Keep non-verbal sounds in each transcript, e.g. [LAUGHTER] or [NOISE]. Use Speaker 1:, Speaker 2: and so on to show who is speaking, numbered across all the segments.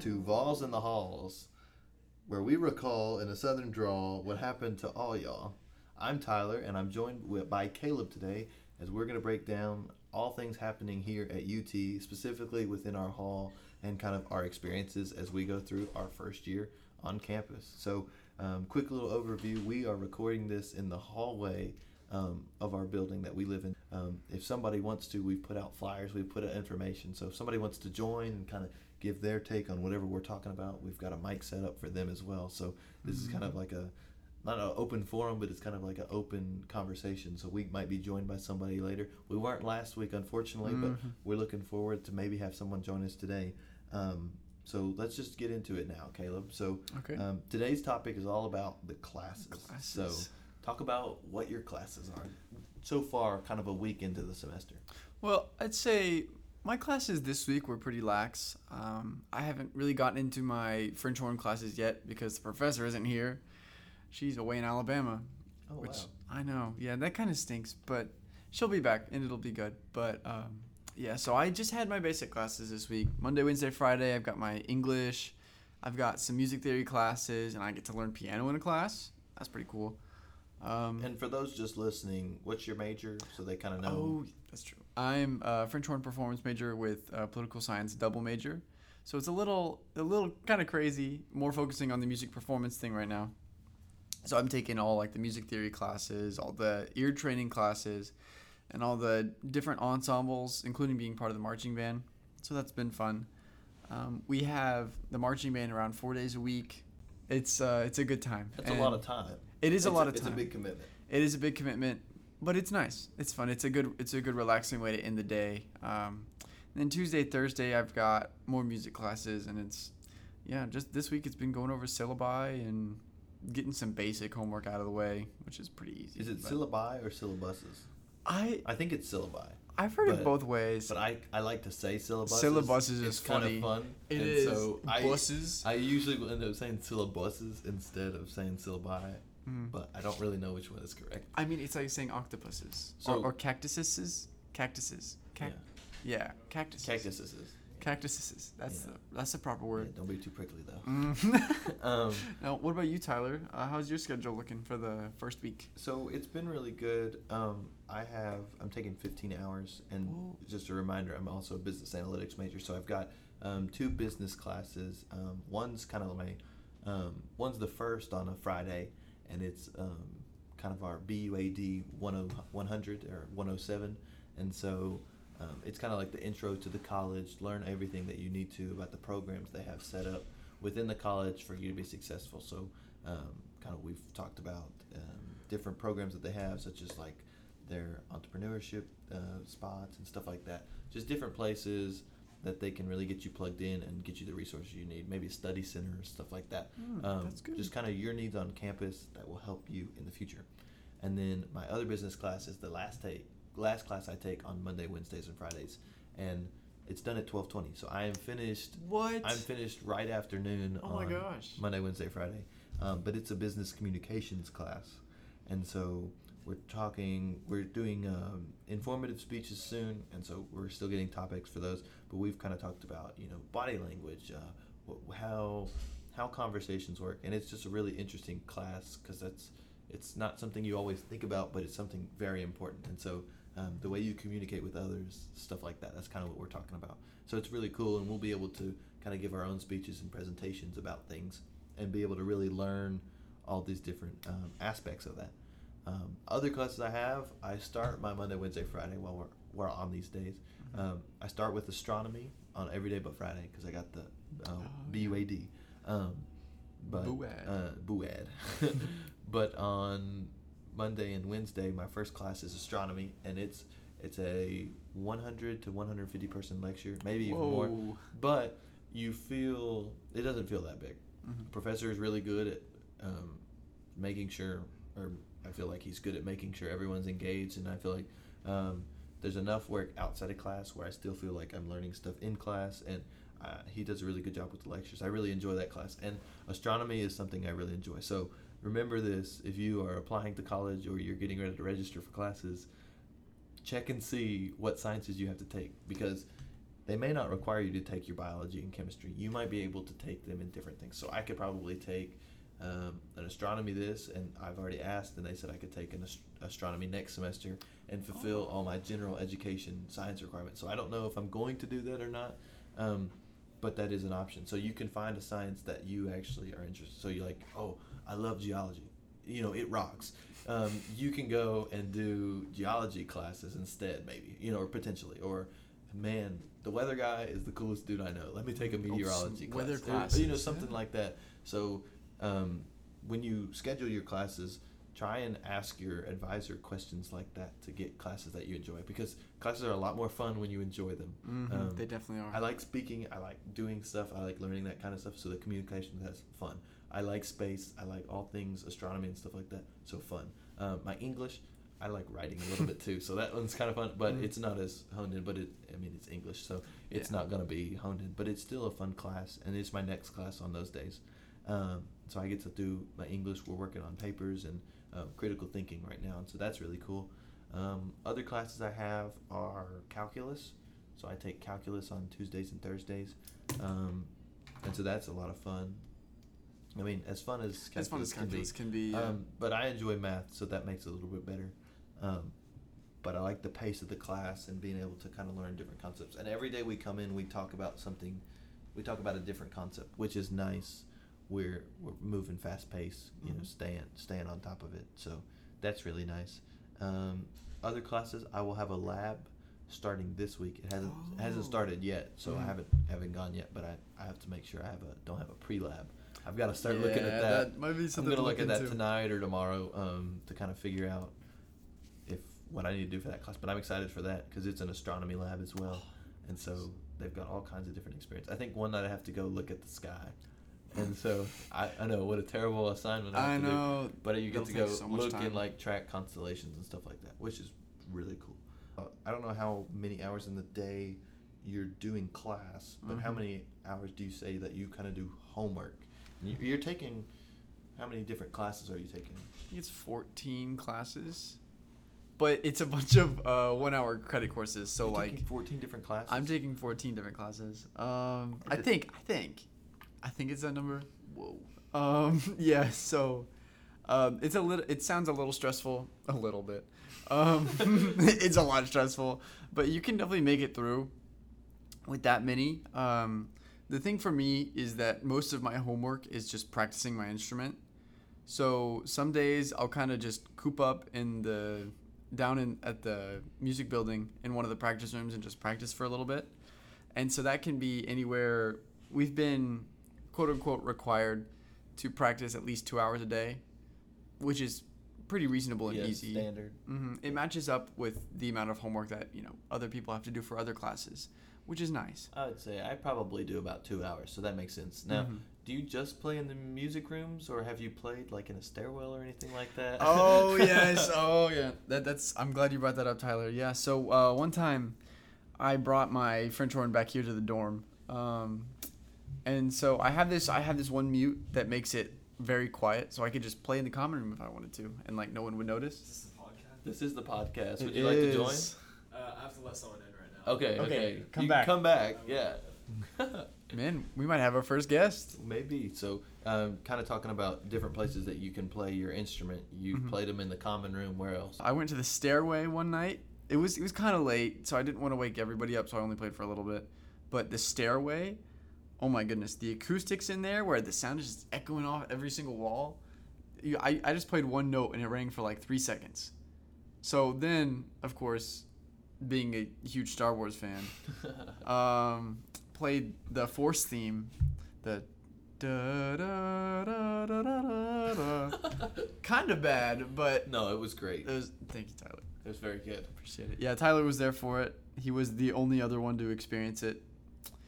Speaker 1: to Vols in the Halls, where we recall in a Southern drawl what happened to all y'all. I'm Tyler, and I'm joined with, by Caleb today as we're going to break down all things happening here at UT, specifically within our hall and kind of our experiences as we go through our first year on campus. So, um, quick little overview we are recording this in the hallway um, of our building that we live in. Um, if somebody wants to, we've put out flyers, we've put out information. So if somebody wants to join and kind of give their take on whatever we're talking about, we've got a mic set up for them as well. So this is kind of like a not an open forum, but it's kind of like an open conversation. So we might be joined by somebody later. We weren't last week, unfortunately, but we're looking forward to maybe have someone join us today. Um, so let's just get into it now, Caleb. So
Speaker 2: Okay.
Speaker 1: um, today's topic is all about the classes. So
Speaker 2: Classes.
Speaker 1: talk about what your classes are so far, kind of a week into the semester.
Speaker 2: Well, I'd say my classes this week were pretty lax. Um, I haven't really gotten into my French horn classes yet because the professor isn't here. She's away in Alabama,
Speaker 1: Oh
Speaker 2: which
Speaker 1: wow!
Speaker 2: I know. Yeah, that kind of stinks, but she'll be back and it'll be good. But um, yeah, so I just had my basic classes this week Monday, Wednesday, Friday. I've got my English, I've got some music theory classes, and I get to learn piano in a class. That's pretty cool. Um,
Speaker 1: And for those just listening, what's your major so they kind of know?
Speaker 2: Oh, that's true. I'm a French horn performance major with uh, political science double major, so it's a little a little kind of crazy. More focusing on the music performance thing right now. So I'm taking all like the music theory classes, all the ear training classes, and all the different ensembles, including being part of the marching band. So that's been fun. Um, we have the marching band around four days a week. It's uh, it's a good time.
Speaker 1: That's a lot
Speaker 2: And
Speaker 1: of time.
Speaker 2: It is a
Speaker 1: It's
Speaker 2: lot of
Speaker 1: It's
Speaker 2: time
Speaker 1: a big commitment.
Speaker 2: it is a big commitment, but it's nice. It's fun. It's a good it's a good relaxing way to end the day. Um, and then Tuesday, Thursday, I've got more music classes, and it's yeah, just this week it's been going over syllabi and getting some basic homework out of the way, which is pretty easy.
Speaker 1: Is it
Speaker 2: but-
Speaker 1: syllabi or syllabuses?
Speaker 2: I
Speaker 1: I think it's syllabi,
Speaker 2: I've heard
Speaker 1: but-
Speaker 2: it both ways.
Speaker 1: but I, I like to say syllabuses.
Speaker 2: Syllabuses is
Speaker 1: it's kind
Speaker 2: funny.
Speaker 1: of fun.
Speaker 2: It
Speaker 1: and
Speaker 2: is.
Speaker 1: So I,
Speaker 3: buses.
Speaker 1: I usually will end up saying syllabuses instead of saying syllabi,
Speaker 2: Mm.
Speaker 1: but I don't really know which one is correct.
Speaker 2: I mean, it's like saying octopuses
Speaker 1: So-
Speaker 2: or, or cactuses, cactuses, Cac- yeah. cactuses,
Speaker 1: Cactuses.
Speaker 2: cactuses. That's
Speaker 1: Yeah.
Speaker 2: the that's the proper
Speaker 1: Yeah,
Speaker 2: word.
Speaker 1: don't be too prickly though. [LAUGHS]
Speaker 2: Mm.
Speaker 1: Um,
Speaker 2: [LAUGHS] Now, what about you, Tyler? Uh, how's your schedule looking for the first week?
Speaker 1: so it's been really good. Um, I have I'm taking 15 hours, and
Speaker 2: Whoa.
Speaker 1: just a reminder, I'm also a business analytics major, so I've got um, two business classes. Um, one's kind of my um, one's the first on a Friday, and it's um, kind of our BUAD 10 100 oh, or 107, and so. Um, it's kind of like the intro to the college. Learn everything that you need to about the programs they have set up within the college for you to be successful. So, um, kind of we've talked about um, different programs that they have, such as like their entrepreneurship uh, spots and stuff like that. Just different places that they can really get you plugged in and get you the resources you need. Maybe a study center or stuff like that.
Speaker 2: Hmm,
Speaker 1: um,
Speaker 2: that's good.
Speaker 1: Just kind of your needs on campus that will help you in the future. And then my other business class is the last take last class I take on Monday, Wednesdays, and Fridays, and it's done at twelve twenty. So I am finished.
Speaker 2: What?
Speaker 1: I'm finished right afternoon
Speaker 2: Oh my
Speaker 1: on
Speaker 2: gosh.
Speaker 1: Monday, Wednesday, Friday. Um, but it's a business communications class, and so we're talking. We're doing um, informative speeches soon, and so we're still getting topics for those. But we've kind of talked about you know body language, uh, wh- how how conversations work, and it's just a really interesting class because that's it's not something you always think about, but it's something very important. And so um, the way you communicate with others, stuff like that, that's kind of what we're talking about. So it's really cool, and we'll be able to kind of give our own speeches and presentations about things and be able to really learn all these different um, aspects of that. Um, other classes I have, I start my Monday, Wednesday, Friday while we're, we're on these days.
Speaker 2: Mm-hmm.
Speaker 1: Um, I start with astronomy on every day but Friday because I got the uh,
Speaker 2: Oh, yeah.
Speaker 1: BUAD. Um, but
Speaker 2: Buad.
Speaker 1: uh, Buad. [LAUGHS] but on Monday and Wednesday, my first class is astronomy, and it's it's a 100 to 150 person lecture, maybe even more.
Speaker 2: Whoa.
Speaker 1: But you feel it doesn't feel that big. The professor is really good at um, making sure, or I feel like he's good at making sure everyone's engaged, and I feel like um, there's enough work outside of class where I still feel like I'm learning stuff in class, and uh, he does a really good job with the lectures. I really enjoy that class, and astronomy is something I really enjoy. So remember this if you are applying to college or you're getting ready to register for classes, check and see what sciences you have to take because they they may not require you to take your biology and chemistry. You might be able to take them in different things. So I could probably take um, an astronomy this, and I've already asked, and they said I could take an ast- astronomy next semester and fulfill all my general education science requirements. So I don't know if I'm going to do that or not, um, but that is an option. So you can find a science that you actually are interested. So you're like, oh, I love geology. You know, it rocks. Um, you can go and do geology classes instead, maybe. You know, or potentially, or man, the weather guy is the coolest dude I know. Let me take a meteorology class.
Speaker 2: weather
Speaker 1: Or, You know,
Speaker 2: classes,
Speaker 1: something
Speaker 2: yeah.
Speaker 1: like that. So um, when you schedule your classes, try and ask your advisor questions like that to get classes that you enjoy because classes are a lot more fun when you enjoy them.
Speaker 2: Mhm,
Speaker 1: Um,
Speaker 2: they definitely are.
Speaker 1: I like speaking. I like doing stuff. I like learning that kind of stuff. So the communication that's fun. I like space. I like all things astronomy and stuff like that. So fun. Um, my English, I like writing a little bit too. So that one's kind of fun, but
Speaker 2: Mm.
Speaker 1: it's not as honed in. But it, I mean, it's English, so it's
Speaker 2: Yeah.
Speaker 1: not gonna be honed in. But it's still a fun class, and it's my next class on those days. Um, so I get to do my English. We're working on papers and um, critical thinking right now, and so that's really cool. Um, other classes I have are calculus. So I take calculus on Tuesdays and Thursdays, um, and so that's a lot of fun. I mean, as fun as calculus,
Speaker 2: as fun as
Speaker 1: can be,
Speaker 2: calculus can be. yeah.
Speaker 1: um, but I enjoy math, so that makes it a little bit better. Um, but I like the pace of the class and being able to kind of learn different concepts. And every day we come in, we talk about something, we talk about a different concept, which is nice. We're we're moving fast pace, you know,
Speaker 2: Mhm.
Speaker 1: staying staying on top of it. So that's really nice. Um, other classes, I will have a lab starting this week. It hasn't it hasn't
Speaker 2: Oh.
Speaker 1: started yet, so I
Speaker 2: Mhm.
Speaker 1: haven't haven't gone yet. But I, I have to make sure I have a don't have a pre lab. I've got to start looking
Speaker 2: Yeah,
Speaker 1: at that.
Speaker 2: might be
Speaker 1: I'm
Speaker 2: something
Speaker 1: gonna
Speaker 2: to
Speaker 1: look at that
Speaker 2: into.
Speaker 1: tonight or tomorrow um, to kind of figure out if what I need to do for that class. But I'm excited for that because it's an astronomy lab as well,
Speaker 2: Oh,
Speaker 1: and so they've got all kinds of different experience. I think one night I have to go look at the sky, and so I, I know what a terrible assignment I
Speaker 2: I
Speaker 1: have to do.
Speaker 2: know.
Speaker 1: But you get
Speaker 2: It'll
Speaker 1: to
Speaker 2: take
Speaker 1: go
Speaker 2: so much
Speaker 1: look
Speaker 2: time.
Speaker 1: and like track constellations and stuff like that, which is really cool. Uh, I don't know how many hours in the day you're doing class, but how
Speaker 2: Mhm.
Speaker 1: many hours do you say that you kind of do homework? And you- You're taking how many different classes are you taking?
Speaker 2: I think it's 14 classes, but it's a bunch of uh, one-hour credit courses. So
Speaker 1: You're
Speaker 2: like,
Speaker 1: taking 14 different classes.
Speaker 2: I'm taking 14 different classes. Um,
Speaker 1: I
Speaker 2: I
Speaker 1: did-
Speaker 2: think, I think, I think it's that number. Whoa. Um, [LAUGHS] yeah. So, um, it's a little. It sounds a little stressful. A little bit. [LAUGHS] Um, it's a lot stressful, but you can definitely make it through with that many. Um, the thing for me is that most of my homework is just practicing my instrument. So some days I'll kind of just coop up in the down in at the music building in one of the practice rooms and just practice for a little bit. And so that can be anywhere we've been quote unquote required to practice at least 2 hours a day, which is pretty reasonable and
Speaker 1: Yeah,
Speaker 2: easy.
Speaker 1: standard.
Speaker 2: hmm It matches up with the amount of homework that, you know, other people have to do for other classes, which is nice.
Speaker 1: I would say I probably do about two hours, so that makes sense. Now,
Speaker 2: Mhm.
Speaker 1: do you just play in the music rooms, or have you played like in a stairwell or anything like that? [LAUGHS]
Speaker 2: oh yes oh yeah that, that's i'm glad you brought that up tyler yeah so uh, one time i brought my french horn back here to the dorm um, and so i have this i have this one mute that makes it very quiet so i could just play in the common room if i wanted to and like no one would notice
Speaker 3: Is this a podcast?
Speaker 1: This is the podcast. Would you like to join?
Speaker 3: Uh, I have to let someone in right now.
Speaker 1: Okay, okay.
Speaker 2: Okay, come
Speaker 1: You
Speaker 2: back.
Speaker 1: Come back, yeah. [LAUGHS]
Speaker 2: man we might have our first guest
Speaker 1: Maybe. So, um, kind of talking about different places that you can play your instrument. You
Speaker 2: Mhm.
Speaker 1: played them in the common room. Where
Speaker 2: [LAUGHS]
Speaker 1: else?
Speaker 2: I went to the stairway one night. It was it was kind of late, so I didn't want to wake everybody up, so I only played for a little bit. But the stairway, oh my goodness, the acoustics in there where the sound is just echoing off every single wall. You- I, I just played one note and it rang for like three seconds. So then, of course, being a huge Star Wars fan, um, played the Force theme, the da da da da da
Speaker 1: [LAUGHS]
Speaker 2: da. da. kind of bad, but
Speaker 1: no, it was great.
Speaker 2: it was. Thank you, Tyler.
Speaker 1: It was very good,
Speaker 2: Uh, Appreciate it. Yeah, Tyler was there for it. He was the only other one to experience it.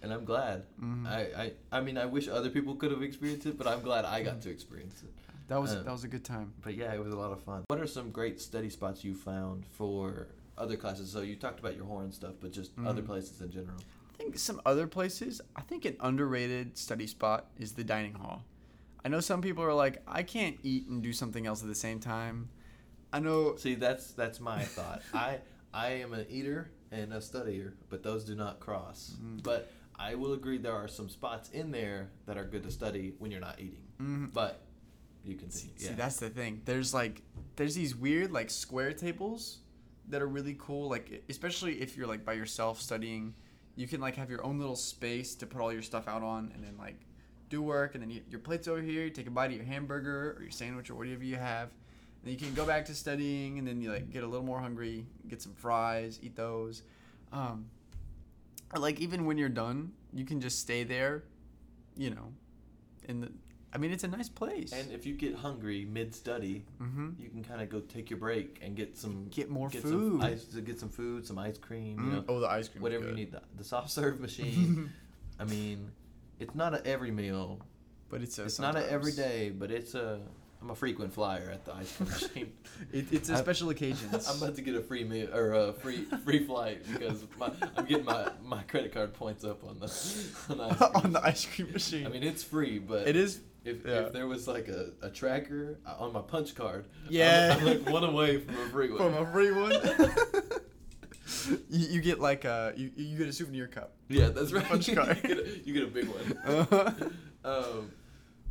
Speaker 1: and I'm glad.
Speaker 2: Mhm.
Speaker 1: I, I, I mean, I wish other people could have experienced it, but I'm glad I got to experience it.
Speaker 2: That was
Speaker 1: Uh,
Speaker 2: that was a good time.
Speaker 1: But yeah, it was a lot of fun. What are some great study spots you found for other classes? So you talked about your horn stuff, but just other
Speaker 2: Mhm.
Speaker 1: places in general.
Speaker 2: I think some other places. I think an underrated study spot is the dining hall. I know some people are like, I can't eat and do something else at the same time. I know. [LAUGHS]
Speaker 1: See, that's that's my thought. I I am an eater and a studier, but those do not cross.
Speaker 2: Mhm.
Speaker 1: But I will agree there are some spots in there that are good to study when you're not eating.
Speaker 2: Mhm.
Speaker 1: But you can
Speaker 2: See,
Speaker 1: see,
Speaker 2: see,
Speaker 1: yeah.
Speaker 2: that's the thing. There's like, there's these weird like square tables that are really cool. Like, e, especially if you're like by yourself studying, you can like have your own little space to put all your stuff out on, and then like do work, and then you, your plate's over here. You take a bite of your hamburger or your sandwich or whatever you have, and you can go back to studying, and then you like get a little more hungry, get some fries, eat those. Um, or like even when you're done, you can just stay there, you know, in the. I mean, it's a nice place.
Speaker 1: and if you get hungry mid study,
Speaker 2: mm-hmm.
Speaker 1: you can kind of go take your break and get some
Speaker 2: Get more
Speaker 1: get
Speaker 2: food.
Speaker 1: Some ice, get some food, some ice cream, you
Speaker 2: Mm.
Speaker 1: know,
Speaker 2: oh, the ice cream. was
Speaker 1: whatever you need.
Speaker 2: good.
Speaker 1: The, the soft serve
Speaker 2: [LAUGHS]
Speaker 1: machine. I mean, it's not a every meal.
Speaker 2: But it's a
Speaker 1: it's not a every
Speaker 2: sometimes.
Speaker 1: day, but it's a. I'm a frequent flyer at the ice
Speaker 2: [LAUGHS]
Speaker 1: cream machine.
Speaker 2: It, it's a
Speaker 1: I'm-
Speaker 2: special occasion.
Speaker 1: [LAUGHS] I'm about to get a free meal or a free free flight because my, I'm getting my, my credit card points up on the on, ice cream
Speaker 2: [LAUGHS] on the
Speaker 1: machine.
Speaker 2: ice cream machine.
Speaker 1: I mean, it's free, but
Speaker 2: it is.
Speaker 1: If,
Speaker 2: Yeah.
Speaker 1: if there was like a, a tracker uh, on my punch card, I'm-
Speaker 2: Yeah.
Speaker 1: I'm, like one away from a
Speaker 2: [LAUGHS]
Speaker 1: free one.
Speaker 2: From a free one. you, you get like a you, you get a souvenir cup.
Speaker 1: [LAUGHS] yeah, that's right. [LAUGHS]
Speaker 2: Punch card.
Speaker 1: you, get a, you get a big one.
Speaker 2: Uh-huh.
Speaker 1: [LAUGHS] um,
Speaker 2: [LAUGHS]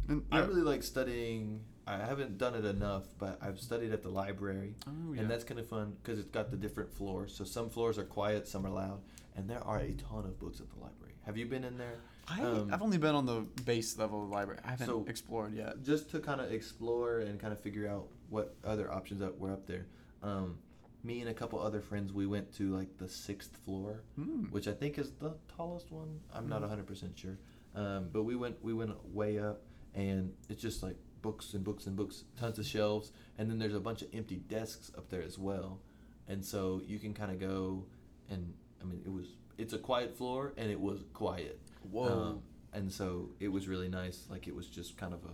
Speaker 2: And-
Speaker 1: I
Speaker 2: yeah.
Speaker 1: really like studying. I haven't done it enough, but I've studied at the library.
Speaker 2: Oh, yeah.
Speaker 1: And that's kind of fun because it's got the different floors. So some floors are quiet, some are loud, and there are a ton of books at the library. Have you been in there?
Speaker 2: I,
Speaker 1: um,
Speaker 2: I've only been on the base level of the library. I haven't
Speaker 1: So-
Speaker 2: explored yet.
Speaker 1: Just to kind of explore and kind of figure out what other options that were up there. Um, me and a couple other friends, we went to like the sixth floor,
Speaker 2: Hmm.
Speaker 1: which I think is the tallest one. I'm not
Speaker 2: Mhm.
Speaker 1: 100 percent sure, um, but we went we went way up, and it's just like books and books and books, tons of shelves, and then there's a bunch of empty desks up there as well, and so you can kind of go, and I mean it was it's a quiet floor and it was quiet.
Speaker 2: Whoa.
Speaker 1: Um, and so it was really nice. Like it was just kind of a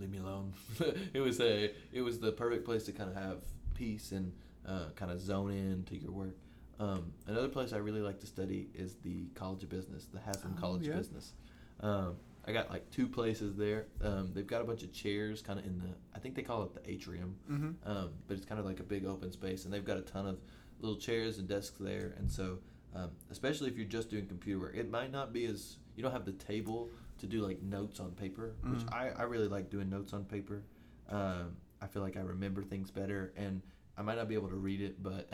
Speaker 1: leave me alone. [LAUGHS] it was a it was the perfect place to kind of have peace and uh, kind of zone in to your work. Um, another place I really like to study is the College of Business, the Haslam
Speaker 2: Oh,
Speaker 1: College
Speaker 2: yeah.
Speaker 1: of Business. Um, I got like two places there. Um, they've got a bunch of chairs kind of in the I think they call it the atrium,
Speaker 2: Mhm.
Speaker 1: um, but it's kind of like a big open space, and they've got a ton of little chairs and desks there, and so um, especially if you're just doing computer work, it might not be as you don't have the table to do like notes on paper, which
Speaker 2: Mm.
Speaker 1: I, I really like doing notes on paper. Um, I feel like I remember things better, and I might not be able to read it,
Speaker 2: [LAUGHS]
Speaker 1: but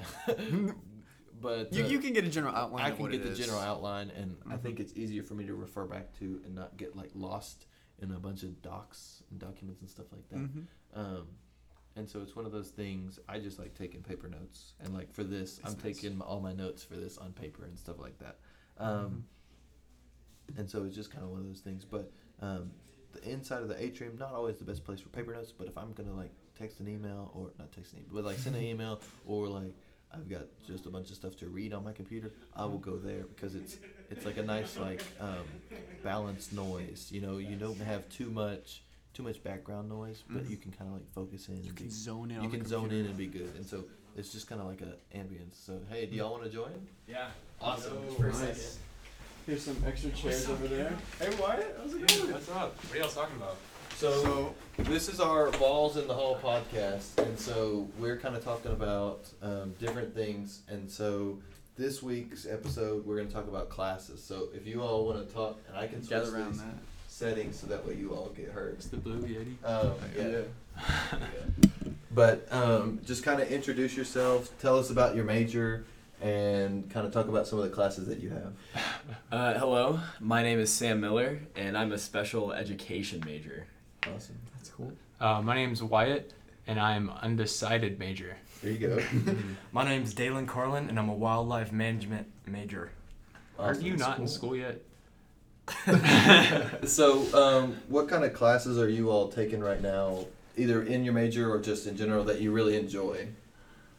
Speaker 1: but
Speaker 2: You,
Speaker 1: uh,
Speaker 2: you can get a general outline.
Speaker 1: I
Speaker 2: of
Speaker 1: can
Speaker 2: what
Speaker 1: get
Speaker 2: it
Speaker 1: the
Speaker 2: is.
Speaker 1: general outline, and I
Speaker 2: Mhm.
Speaker 1: think it's easier for me to refer back to and not get like lost in a bunch of docs and documents and stuff like that.
Speaker 2: Mhm.
Speaker 1: Um, and so it's one of those things. I just like taking paper notes, and like for this,
Speaker 2: That's
Speaker 1: I'm
Speaker 2: nice.
Speaker 1: taking my, all my notes for this on paper and stuff like that. Um,
Speaker 2: Mm-hmm.
Speaker 1: And so it's just kind of one of those things. But um, the inside of the atrium, not always the best place for paper notes. But if I'm gonna like text an email or not text an email, but like send
Speaker 2: [LAUGHS]
Speaker 1: an email or like I've got just a bunch of stuff to read on my computer, I will go there because it's it's like a nice like um, balanced noise. You know, you don't have too much too much background noise, but
Speaker 2: Mhm.
Speaker 1: you can kind of like focus in.
Speaker 2: You
Speaker 1: and
Speaker 2: can
Speaker 1: be-
Speaker 2: zone in.
Speaker 1: you
Speaker 2: on the
Speaker 1: can zone in
Speaker 2: computer.
Speaker 1: and be good. And so it's just kind of like a ambience. So hey, do y'all want to join?
Speaker 3: Yeah.
Speaker 1: Awesome.
Speaker 3: Let's go.
Speaker 1: For a
Speaker 3: Nice.
Speaker 2: second. Here's some extra chairs over there.
Speaker 1: Hey Wyatt, how's it going?
Speaker 3: What's up? What are y'all talking about?
Speaker 1: so This is our Balls in the Hall podcast, and so we're kind of talking about um, different things. And so this week's episode, we're going to talk about classes. So if you all want to talk, and I can switch
Speaker 2: gather around
Speaker 1: these
Speaker 2: that.
Speaker 1: settings so that way you all get heard.
Speaker 3: the Blue Yeti.
Speaker 1: Um, yeah. But um, just kind of introduce yourself, tell us about your major, and kind of talk about some of the classes that you have.
Speaker 4: Uh, hello, my name is Sam Miller, and I'm a special education major.
Speaker 1: Awesome.
Speaker 2: That's cool.
Speaker 5: Uh, my name's Wyatt, and I'm undecided major.
Speaker 1: There you go.
Speaker 4: [LAUGHS] My name's Dalen Carlin, and I'm a wildlife management major.
Speaker 5: Are
Speaker 1: Awesome.
Speaker 5: you not in school yet?
Speaker 1: So, um, what kind of classes are you all taking right now, either in your major or just in general, that you really enjoy?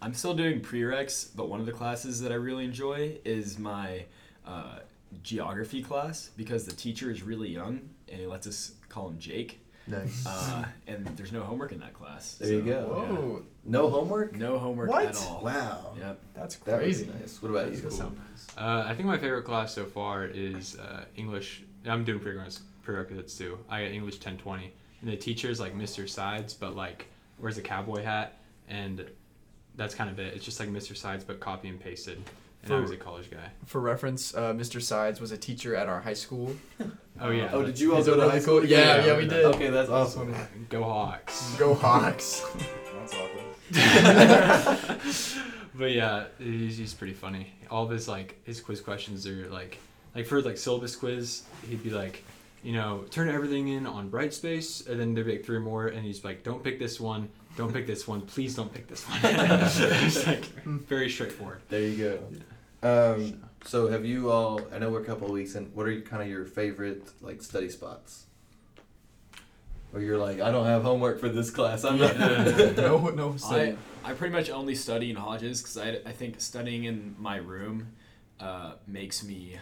Speaker 4: I'm still doing prereqs, but one of the classes that I really enjoy is my uh, geography class because the teacher is really young and he lets us call him Jake.
Speaker 1: Nice.
Speaker 4: Uh, and there's no homework in that class.
Speaker 1: There you
Speaker 4: so,
Speaker 1: go.
Speaker 4: yeah.
Speaker 2: Whoa,
Speaker 1: No homework?
Speaker 4: No homework
Speaker 2: What?
Speaker 4: at all.
Speaker 1: Wow.
Speaker 4: Yep.
Speaker 2: that's
Speaker 1: That
Speaker 2: crazy.
Speaker 1: was nice. What about you?
Speaker 5: Uh, I think my favorite class so far is uh, English. I'm doing prereqs- prerequisites too. I got English 1020, and the teacher's like Mr. Sides, but like wears a cowboy hat, and that's kind of it. It's just like Mr. Sides, but copy and pasted. and I was a college guy.
Speaker 2: For reference, uh, Mr. Sides was a teacher at our high school.
Speaker 5: Oh yeah.
Speaker 1: Oh, did you all
Speaker 2: He's
Speaker 1: go to
Speaker 2: really
Speaker 1: high
Speaker 2: cool.
Speaker 1: school?
Speaker 2: Yeah,
Speaker 5: yeah, we
Speaker 2: did.
Speaker 1: Okay, that's awesome.
Speaker 5: Go Hawks.
Speaker 2: Go Hawks.
Speaker 4: That's awkward.
Speaker 5: [LAUGHS] but yeah, he's, he's pretty funny. All of his like his quiz questions are like like for like syllabus quiz, he'd be like, you know, turn everything in on Brightspace, and then there'd be like three more, and he's like, don't pick this one, don't pick this one, please don't pick this one. [LAUGHS] it's like very straightforward.
Speaker 1: There you go. Um, so have you all? I know we're a couple of weeks in. What are kind of your favorite like study spots? Or you're like, I don't have homework for this class. I'm not.
Speaker 2: [LAUGHS] no, no.
Speaker 4: I,
Speaker 2: Say.
Speaker 4: I pretty much only study in Hodges because I, I think studying in my room uh, makes me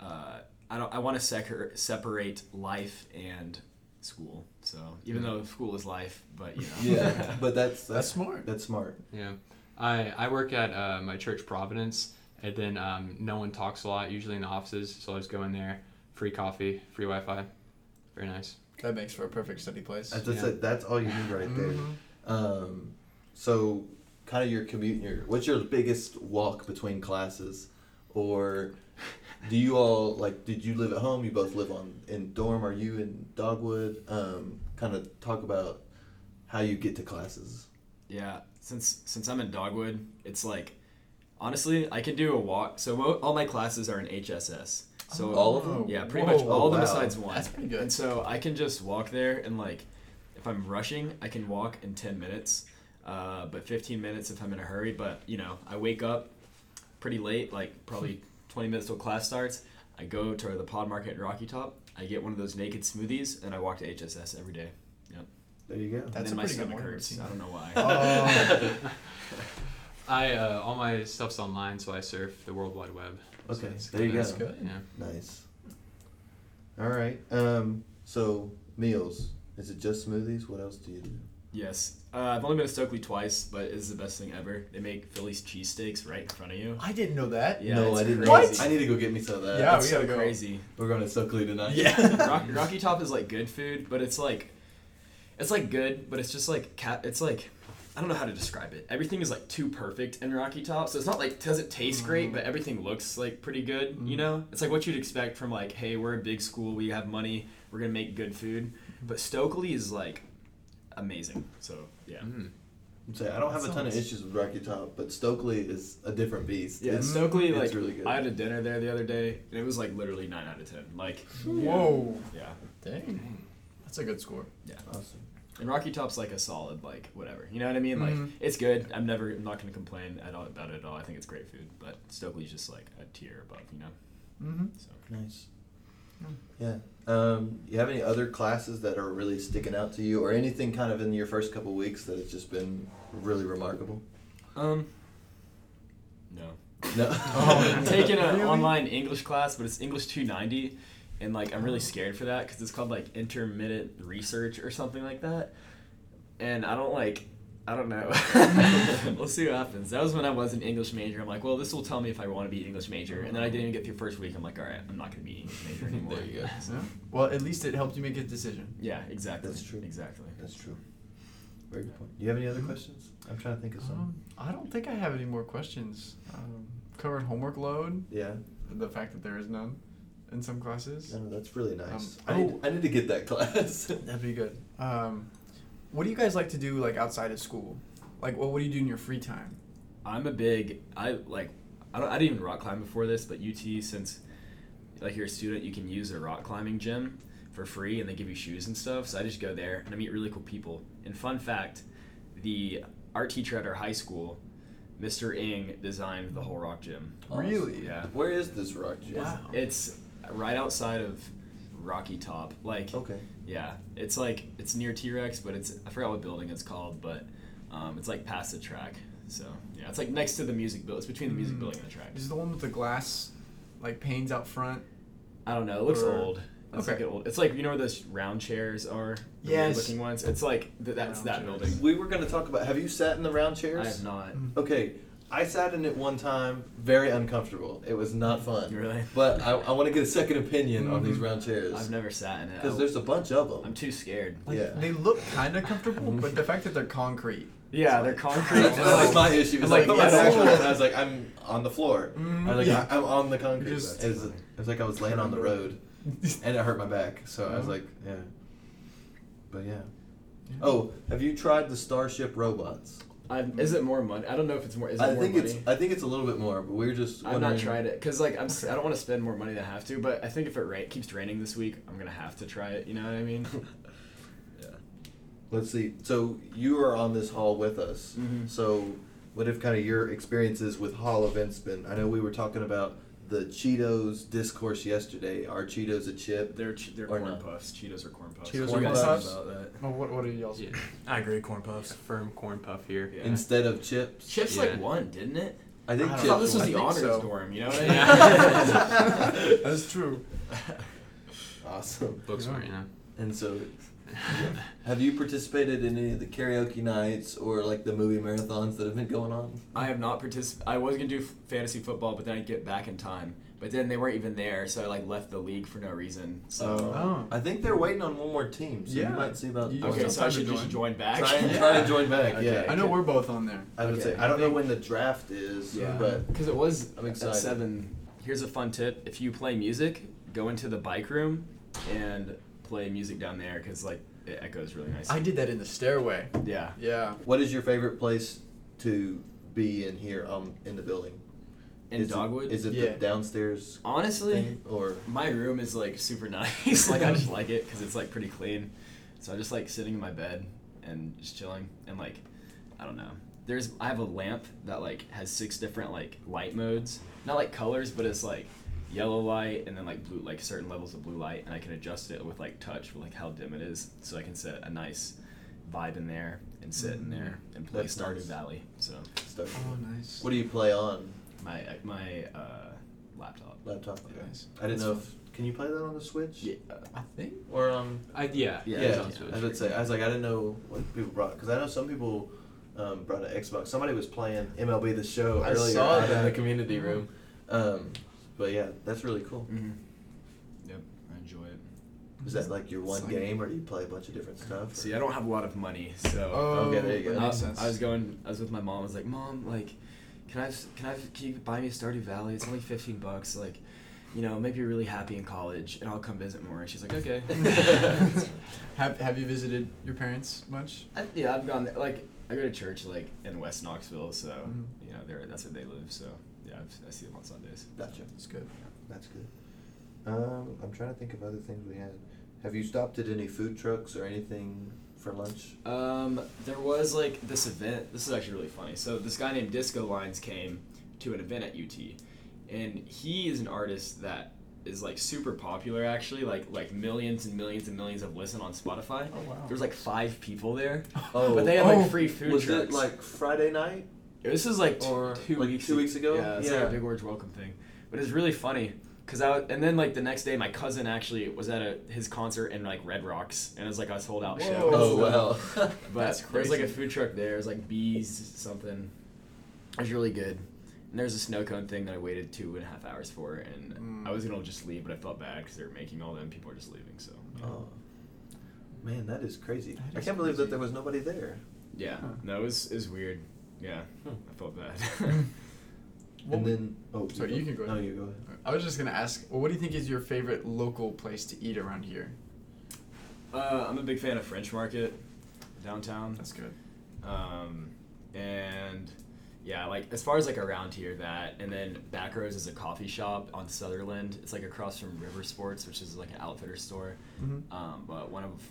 Speaker 4: uh, I don't I want to sec- separate life and school. So even though school is life, but you
Speaker 1: [LAUGHS]
Speaker 4: know
Speaker 1: yeah, but that's
Speaker 2: That's smart.
Speaker 1: That's smart.
Speaker 5: Yeah, I I work at uh, my church Providence, and then um, no one talks a lot usually in the offices, so I just go in there, free coffee, free Wi-Fi, very nice.
Speaker 2: That makes for a perfect study place.
Speaker 1: That's just
Speaker 5: Yeah.
Speaker 1: it. that's all you need right there.
Speaker 2: Mhm.
Speaker 4: Mm-hmm.
Speaker 1: Um, so kind of your commute. Your what's your biggest walk between classes, or do you all like? Did you live at home? You both live on in dorm. Are you in Dogwood? Um, kind of talk about how you get to classes.
Speaker 4: yeah. Since since I'm in Dogwood, it's like honestly I could do a walk. So mo- all my classes are in HSS.
Speaker 2: Oh,
Speaker 4: So
Speaker 1: All of them?
Speaker 4: Yeah, pretty
Speaker 2: Whoa.
Speaker 4: much all of them
Speaker 1: wow.
Speaker 4: besides one.
Speaker 2: That's pretty good.
Speaker 4: And so I can just walk there and like, if I'm rushing, I can walk in ten minutes, uh, but fifteen minutes if I'm in a hurry. But you know, I wake up pretty late, like
Speaker 2: [LAUGHS]
Speaker 4: probably twenty minutes till class starts. I go to the Pod Market in Rocky Top. I get one of those naked smoothies, and I walk to HSS every day.
Speaker 1: There you go.
Speaker 4: and
Speaker 2: That's
Speaker 4: then
Speaker 2: a
Speaker 4: my
Speaker 2: pretty good
Speaker 4: stomach
Speaker 2: one.
Speaker 4: hurts. I don't know why.
Speaker 2: [LAUGHS]
Speaker 4: [LAUGHS]
Speaker 5: [LAUGHS] I uh, all my stuff's online, so I surf the World Wide Web. So
Speaker 1: Okay,
Speaker 5: it's
Speaker 1: there you
Speaker 5: kinda-
Speaker 1: go.
Speaker 2: good.
Speaker 5: Yeah.
Speaker 1: Nice. All right. Um, so meals. Is it just smoothies? What else do you do?
Speaker 4: Yes, uh, I've only been to Stokely twice, but it's the best thing ever. They make Philly's cheesesteaks right in front of you.
Speaker 2: I didn't know that.
Speaker 4: Yeah,
Speaker 1: no,
Speaker 4: it's
Speaker 1: I didn't.
Speaker 4: Crazy.
Speaker 1: I need to go get me some of that.
Speaker 2: Yeah,
Speaker 4: It's
Speaker 2: we
Speaker 4: so
Speaker 2: gotta go.
Speaker 4: Crazy.
Speaker 1: We're going to Stokely tonight. [LAUGHS]
Speaker 4: Yeah, Rocky, Rocky Top is like good food, but it's like, it's like good, but it's just like cat. It's like, I don't know how to describe it. Everything is like too perfect in Rocky Top, so it's not like doesn't taste great,
Speaker 1: Mm.
Speaker 4: but everything looks like pretty good. You know, it's like what you'd expect from like, hey, we're a big school, we have money, we're gonna make good food. But Stokely is like amazing. So yeah,
Speaker 5: Mm.
Speaker 1: I'm saying, I don't have a ton of
Speaker 2: Sounds-
Speaker 1: issues with Rocky Top, but Stokely is a different beast.
Speaker 4: yeah.
Speaker 1: It's-
Speaker 4: Stokely
Speaker 1: it's
Speaker 4: like
Speaker 1: really good.
Speaker 4: I had a dinner there the other day, and it was like literally nine out of ten. Like
Speaker 2: Whoa.
Speaker 4: yeah,
Speaker 2: Dang. That's a good score.
Speaker 1: Awesome.
Speaker 4: And Rocky Top's like a solid, like whatever. You know what I mean?
Speaker 2: Mhm.
Speaker 4: Like
Speaker 1: Mm-hmm.
Speaker 4: it's good. I'm never, I'm not gonna complain at all about it at all. I think it's great food. But Stokely's just like a tier above, you know.
Speaker 2: Mm-hmm.
Speaker 4: So
Speaker 1: Nice. Yeah. Um, you have any other classes that are really sticking out to you, or anything kind of in your first couple weeks that has just been really remarkable?
Speaker 4: um, no.
Speaker 1: No. [LAUGHS]
Speaker 4: I'm taking an
Speaker 2: Really?
Speaker 4: online English class, but it's English 290, and like I'm
Speaker 1: Oh.
Speaker 4: really scared for that because it's called like intermittent research or something like that. And I don't like, I don't know. [LAUGHS] we'll see what happens. That was when I was an English major. I'm like, well, this will tell me if I want to be an English major. And then I didn't even get through first week. I'm like, all right, I'm not gonna be an English major anymore.
Speaker 1: Uh-huh. [LAUGHS] There you go.
Speaker 4: So,
Speaker 2: Well, at least it helped you make a decision.
Speaker 4: yeah, exactly.
Speaker 1: That's true.
Speaker 4: Exactly.
Speaker 1: That's true. Very good point. Do you have any other questions? I'm trying to think of some.
Speaker 2: Um, I don't think I have any more questions. Um, covered homework load,
Speaker 1: yeah.
Speaker 2: the fact that there is none in some classes.
Speaker 1: No, that's really nice.
Speaker 2: Um,
Speaker 1: I, need,
Speaker 2: oh.
Speaker 1: I need to get that [LAUGHS] class.
Speaker 2: That'd be good. Um, what do you guys like to do like outside of school? Like, what, what do you do in your free time?
Speaker 4: I'm a big I like I don't I didn't even rock climb before this, but UT since like you're a student, you can use a rock climbing gym for free and they give you shoes and stuff. So I just go there and I meet really cool people. And fun fact, the art teacher at our high school, Mr. Ng, designed the whole rock gym.
Speaker 2: Really?
Speaker 4: Yeah.
Speaker 1: Where is this rock gym?
Speaker 2: Wow.
Speaker 4: It's right outside of Rocky Top. Like
Speaker 1: Okay.
Speaker 4: yeah, it's like it's near T Rex, but it's I forgot what building it's called, but um, it's like past the track. So yeah, it's like next to the music building. It's between the music
Speaker 2: Mm.
Speaker 4: building and the track.
Speaker 2: Is the one with the glass, like panes out front?
Speaker 4: I don't know. It looks
Speaker 2: Or-
Speaker 4: old. It's
Speaker 2: okay.
Speaker 4: like an old. It's like you know where those round chairs are. The
Speaker 2: Yes.
Speaker 4: Looking ones. It's like th- that's
Speaker 2: Round
Speaker 4: that
Speaker 2: chairs.
Speaker 4: building.
Speaker 1: We were going to talk about. Have you sat in the round chairs?
Speaker 4: I have not.
Speaker 2: Mm.
Speaker 1: Okay, I sat in it one time, very uncomfortable. It was not fun.
Speaker 4: Really? Mm-hmm.
Speaker 1: But I, I want to get a second opinion on these round
Speaker 4: I've
Speaker 1: chairs
Speaker 4: never sat in it.
Speaker 1: because
Speaker 4: I-
Speaker 1: there's a bunch of [LAUGHS]
Speaker 4: I'm
Speaker 1: them.
Speaker 4: too scared.
Speaker 2: Like,
Speaker 1: Yeah. [LAUGHS]
Speaker 2: They look kind of comfortable, but the fact that they're concrete
Speaker 4: Yeah, they're
Speaker 2: [LAUGHS]
Speaker 4: concrete.
Speaker 1: That was my [LAUGHS] issue. It's like,
Speaker 4: Like,
Speaker 1: my
Speaker 4: yes.
Speaker 1: back hurt, and I was like, I'm on the floor. I was like,
Speaker 5: Yeah.
Speaker 1: I'm on the concrete.
Speaker 5: Just-
Speaker 1: it, was, it was like I was laying on the road, and it hurt my back. So
Speaker 4: Mm-hmm.
Speaker 1: I was like, yeah. But yeah. Oh, have you tried the Starship robots?
Speaker 4: I'm, is it more money? I don't know if it's more. Is it
Speaker 1: I
Speaker 4: more
Speaker 1: think
Speaker 4: money?
Speaker 1: it's I think it's a little bit more, but we we're just.
Speaker 4: I've not
Speaker 1: wondering-
Speaker 4: tried it because like I'm. s- I don't want to spend more money than I have to. But I think if it rain, keeps raining this week, I'm gonna have to try it. You know what I mean?
Speaker 1: Let's see. So you are on this haul with us.
Speaker 4: Mhm.
Speaker 1: So what have kind of your experiences with haul events been? I know we were talking about the Cheetos discourse yesterday. Are Cheetos a chip?
Speaker 4: they're ch- they're
Speaker 1: Or
Speaker 4: corn
Speaker 1: not.
Speaker 4: puffs. Cheetos are corn puffs.
Speaker 2: Cheetos
Speaker 1: are corn puffs?
Speaker 4: About that.
Speaker 2: Well, what, what are y'all?
Speaker 5: Yeah. I agree. Corn puffs. Firm corn puff here.
Speaker 4: Yeah.
Speaker 1: Instead of chips,
Speaker 4: Chips
Speaker 5: Yeah.
Speaker 4: like one, didn't it?
Speaker 1: I think
Speaker 2: I
Speaker 4: I
Speaker 1: chips.
Speaker 4: thought this was
Speaker 2: I
Speaker 4: the
Speaker 2: think
Speaker 4: honors
Speaker 2: so.
Speaker 4: dorm. You know what I
Speaker 2: [LAUGHS]
Speaker 4: mean? [LAUGHS]
Speaker 1: Yeah.
Speaker 2: [LAUGHS] That's true.
Speaker 1: [LAUGHS] awesome.
Speaker 5: Books weren't, you know.
Speaker 1: And so, have you participated in any of the karaoke nights or like the movie marathons that have been going on?
Speaker 4: I have not particip I was gonna do f- fantasy football, but then I get back in time. But then they weren't even there, so I like left the league for no reason. So
Speaker 2: Oh.
Speaker 1: I think they're waiting on one more team, so
Speaker 2: Yeah.
Speaker 1: you might see about.
Speaker 2: You-
Speaker 4: okay, so I
Speaker 2: Sometime
Speaker 4: should
Speaker 2: to
Speaker 4: just join back.
Speaker 1: Try
Speaker 4: [LAUGHS]
Speaker 1: and, try and join back.
Speaker 4: Okay.
Speaker 1: Yeah,
Speaker 2: I know we're both on there.
Speaker 1: I would
Speaker 4: Okay.
Speaker 1: say I don't know when the draft is,
Speaker 4: Yeah.
Speaker 1: but
Speaker 4: Because it was
Speaker 1: I'm
Speaker 4: at
Speaker 1: excited.
Speaker 4: seven. Here's a fun tip: if you play music, go into the bike room and play music down there, because like it echoes really nice.
Speaker 2: I did that in the stairway.
Speaker 4: yeah.
Speaker 2: Yeah.
Speaker 1: what is your favorite place to be in here um in the building?
Speaker 4: In
Speaker 1: is
Speaker 4: Dogwood.
Speaker 1: It, is it
Speaker 2: Yeah.
Speaker 1: the downstairs
Speaker 4: Honestly,
Speaker 1: thing or
Speaker 4: my room is like super [LAUGHS] nice. like I just like it because it's like pretty clean. So I just like sitting in my bed and just chilling and like I don't know. There's I have a lamp that like has six different like light modes, not like colors, but it's like yellow light and then like blue, like certain levels of blue light, and I can adjust it with like touch, with like how dim it is, so I can set a nice vibe in there and sit in there and play
Speaker 1: That's
Speaker 4: Stardew
Speaker 1: nice.
Speaker 4: Valley. So
Speaker 1: stuff?
Speaker 2: Oh,
Speaker 5: nice.
Speaker 1: What do you play on
Speaker 4: my my uh, laptop.
Speaker 1: laptop?
Speaker 4: Yeah.
Speaker 1: I didn't know if can you play that on the Switch?
Speaker 4: Yeah. uh,
Speaker 5: I think.
Speaker 1: Or um
Speaker 5: [LAUGHS] I, yeah.
Speaker 1: yeah,
Speaker 5: it's
Speaker 1: yeah,
Speaker 5: on Switch.
Speaker 1: I would say I was like I didn't know what people brought because I know some people um, brought an Xbox. Somebody was playing MLB the Show
Speaker 2: I
Speaker 1: earlier
Speaker 2: saw
Speaker 1: out in
Speaker 2: that.
Speaker 1: the community room. Um, but yeah, that's really cool.
Speaker 4: Mm-hmm. Yep, I enjoy it.
Speaker 1: Is that like your one
Speaker 2: It's like-
Speaker 1: game, or do you play a bunch of different stuff? or-
Speaker 4: See, I don't have a lot of money, so
Speaker 2: Oh,
Speaker 1: Okay, there you go.
Speaker 2: that
Speaker 4: I,
Speaker 2: makes sense.
Speaker 4: I was going. I was with my mom. I was like, "Mom, like, can I, can I, can you buy me a Stardew Valley? It's only fifteen bucks. Like, you know, make me really happy in college, and I'll come visit more." And she's
Speaker 2: [LAUGHS]
Speaker 4: like, "Okay." [LAUGHS]
Speaker 2: have Have you visited your parents much?
Speaker 4: I, yeah, I've gone there. Like, I go to church like in West Knoxville, so
Speaker 2: Mhm.
Speaker 4: you know, there that's where they live. So yeah, I've, I see them on Sundays.
Speaker 1: Gotcha.
Speaker 2: It's good.
Speaker 1: That's good. Um, I'm trying to think of other things we had. Have you stopped at any food trucks or anything for lunch?
Speaker 4: Um, there was like this event. This is actually really funny. So this guy named Disco Lines came to an event at UT, and he is an artist that is like super popular actually, like like millions and millions and millions of listen on Spotify.
Speaker 2: Oh, wow.
Speaker 4: There's like five people there,
Speaker 1: Oh.
Speaker 4: but they had like
Speaker 2: Oh.
Speaker 4: free food
Speaker 1: was
Speaker 4: trucks.
Speaker 1: it like Friday night?
Speaker 4: This is like t-
Speaker 1: Or,
Speaker 4: two
Speaker 1: like,
Speaker 4: weeks
Speaker 1: two weeks ago?
Speaker 4: Yeah, it's like
Speaker 1: Yeah.
Speaker 4: a big words welcome thing, but it's really funny because I w- and then like the next day my cousin actually was at a his concert in like Red Rocks and it was like a sold out show.
Speaker 2: Whoa.
Speaker 4: So-
Speaker 1: Oh
Speaker 2: [LAUGHS]
Speaker 1: wow.
Speaker 4: but
Speaker 2: That's
Speaker 4: there's like a
Speaker 2: crazy.
Speaker 4: food truck there. There's like bees something. It was really good. And there's a snow cone thing that I waited two and a half hours for, and
Speaker 2: Mm.
Speaker 4: I was gonna just leave, but I felt bad because they were making all them. People were just leaving, so
Speaker 1: oh. Man, that is crazy. I
Speaker 2: That
Speaker 1: can't
Speaker 2: is
Speaker 1: believe that
Speaker 2: crazy.
Speaker 1: there was nobody there.
Speaker 4: yeah,
Speaker 2: Huh.
Speaker 4: no, it was it was weird. Yeah,
Speaker 1: Hmm.
Speaker 4: I felt
Speaker 2: [LAUGHS]
Speaker 4: bad. [LAUGHS]
Speaker 2: What
Speaker 1: and
Speaker 2: would-
Speaker 1: then oh
Speaker 2: Sorry,
Speaker 1: go-
Speaker 2: you can go
Speaker 1: No,
Speaker 2: ahead.
Speaker 1: you go ahead.
Speaker 2: I was just gonna ask. Well, what do you think is your favorite local place to eat around here?
Speaker 4: uh, I'm a big fan of French Market downtown.
Speaker 2: That's good.
Speaker 4: Um, and yeah, like as far as like around here, that and then Backroads is a coffee shop on Sutherland. It's like across from River Sports, which is like an outfitter store.
Speaker 2: Mhm.
Speaker 4: Um, but one of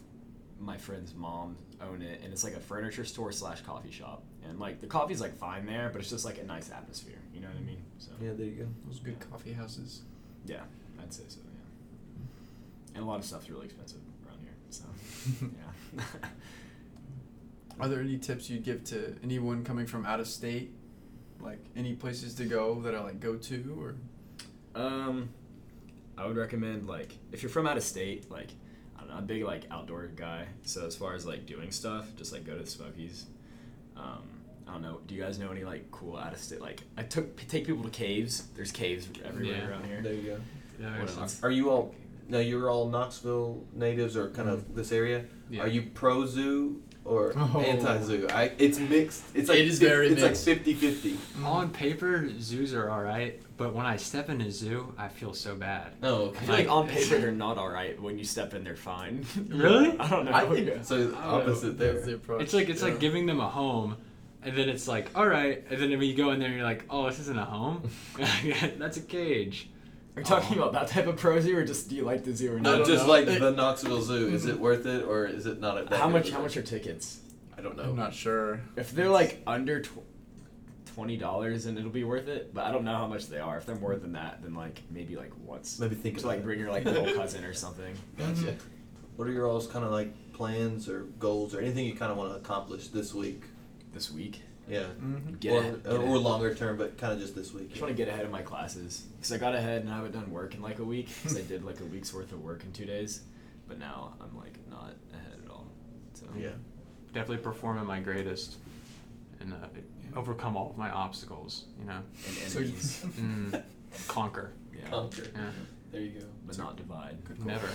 Speaker 4: my friend's mom owned it, and it's like a furniture store slash coffee shop. And like the coffee's like fine there, but it's just like a nice atmosphere. You know what I mean? So
Speaker 1: Yeah, there you go.
Speaker 2: Those good coffee houses.
Speaker 4: yeah, I'd say so. Yeah. And a lot of stuff's really expensive around here. So yeah. [LAUGHS]
Speaker 2: Are there any tips you'd give to anyone coming from out of state? Like any places to go that are like go to or
Speaker 4: Um, I would recommend like if you're from out of state, like I don't know, I'm a big like outdoor guy. So as far as like doing stuff, just like go to the Smokies. Um, I don't know. Do you guys know any like cool out of state? Like I took take people to caves. There's caves everywhere
Speaker 5: Yeah.
Speaker 4: around here.
Speaker 1: There you go.
Speaker 5: Yeah,
Speaker 4: What
Speaker 5: it's-
Speaker 4: else?
Speaker 1: Are you
Speaker 2: Mm-hmm.
Speaker 1: all now you're all Knoxville natives or kind of this area?
Speaker 5: Yeah.
Speaker 1: Are you pro zoo or
Speaker 2: Oh.
Speaker 1: anti-zoo. I, it's mixed. It's like
Speaker 2: It is
Speaker 1: fif-
Speaker 2: very
Speaker 1: It's
Speaker 2: mixed.
Speaker 1: like 50-50.
Speaker 5: On paper, zoos are all right, but when I step in a zoo, I feel so bad.
Speaker 1: Oh, okay. [LAUGHS]
Speaker 4: I [LAUGHS] feel like on paper they're not all right. When you step in, they're fine. [LAUGHS]
Speaker 5: Really?
Speaker 4: I don't know.
Speaker 2: I think
Speaker 1: so the opposite there.
Speaker 2: Oh, That's the approach.
Speaker 5: It's like it's
Speaker 2: yeah.
Speaker 5: like giving them a home, and then it's like all right, and then when you go in there, you're like, oh, this isn't a home, [LAUGHS] that's a cage.
Speaker 4: Are you talking about that type of prosy, or just do you like the zoo or
Speaker 2: I
Speaker 1: No,
Speaker 2: don't
Speaker 4: not?
Speaker 1: just
Speaker 2: know.
Speaker 1: like the Knoxville Zoo. Is it worth it or is it not? At that
Speaker 4: Mm-hmm. How
Speaker 1: good
Speaker 4: much?
Speaker 1: of a-
Speaker 4: How much are tickets?
Speaker 1: I don't know.
Speaker 2: I'm not sure.
Speaker 4: If they're like under tw- twenty dollars, then it'll be worth it. But I don't know how much they are. If they're more than that, then like maybe like once.
Speaker 1: Maybe think
Speaker 4: to
Speaker 1: about
Speaker 4: like
Speaker 1: it.
Speaker 4: bring your like little cousin or something.
Speaker 1: [LAUGHS] Gotcha.
Speaker 2: Mm-hmm.
Speaker 1: What are your all's kind of like plans or goals or anything you kind of want to accomplish this week?
Speaker 4: This week.
Speaker 1: Yeah.
Speaker 2: Mhm.
Speaker 4: Get
Speaker 1: or,
Speaker 4: it.
Speaker 1: or, longer term, but kind of just this
Speaker 4: I
Speaker 1: week.
Speaker 4: just want to get ahead of my classes because I got ahead and I haven't done work in like a week because I did like a week's worth of work in two days, but now I'm like not ahead at all. So
Speaker 1: Yeah.
Speaker 5: Definitely perform at my greatest, and uh, overcome all of my obstacles. You know,
Speaker 4: And
Speaker 2: So-
Speaker 4: enemies,
Speaker 2: [LAUGHS]
Speaker 5: Mm, conquer.
Speaker 4: yeah,
Speaker 1: Conquer.
Speaker 5: Yeah.
Speaker 1: There you go.
Speaker 4: but not divide.
Speaker 1: [LAUGHS]
Speaker 5: Never.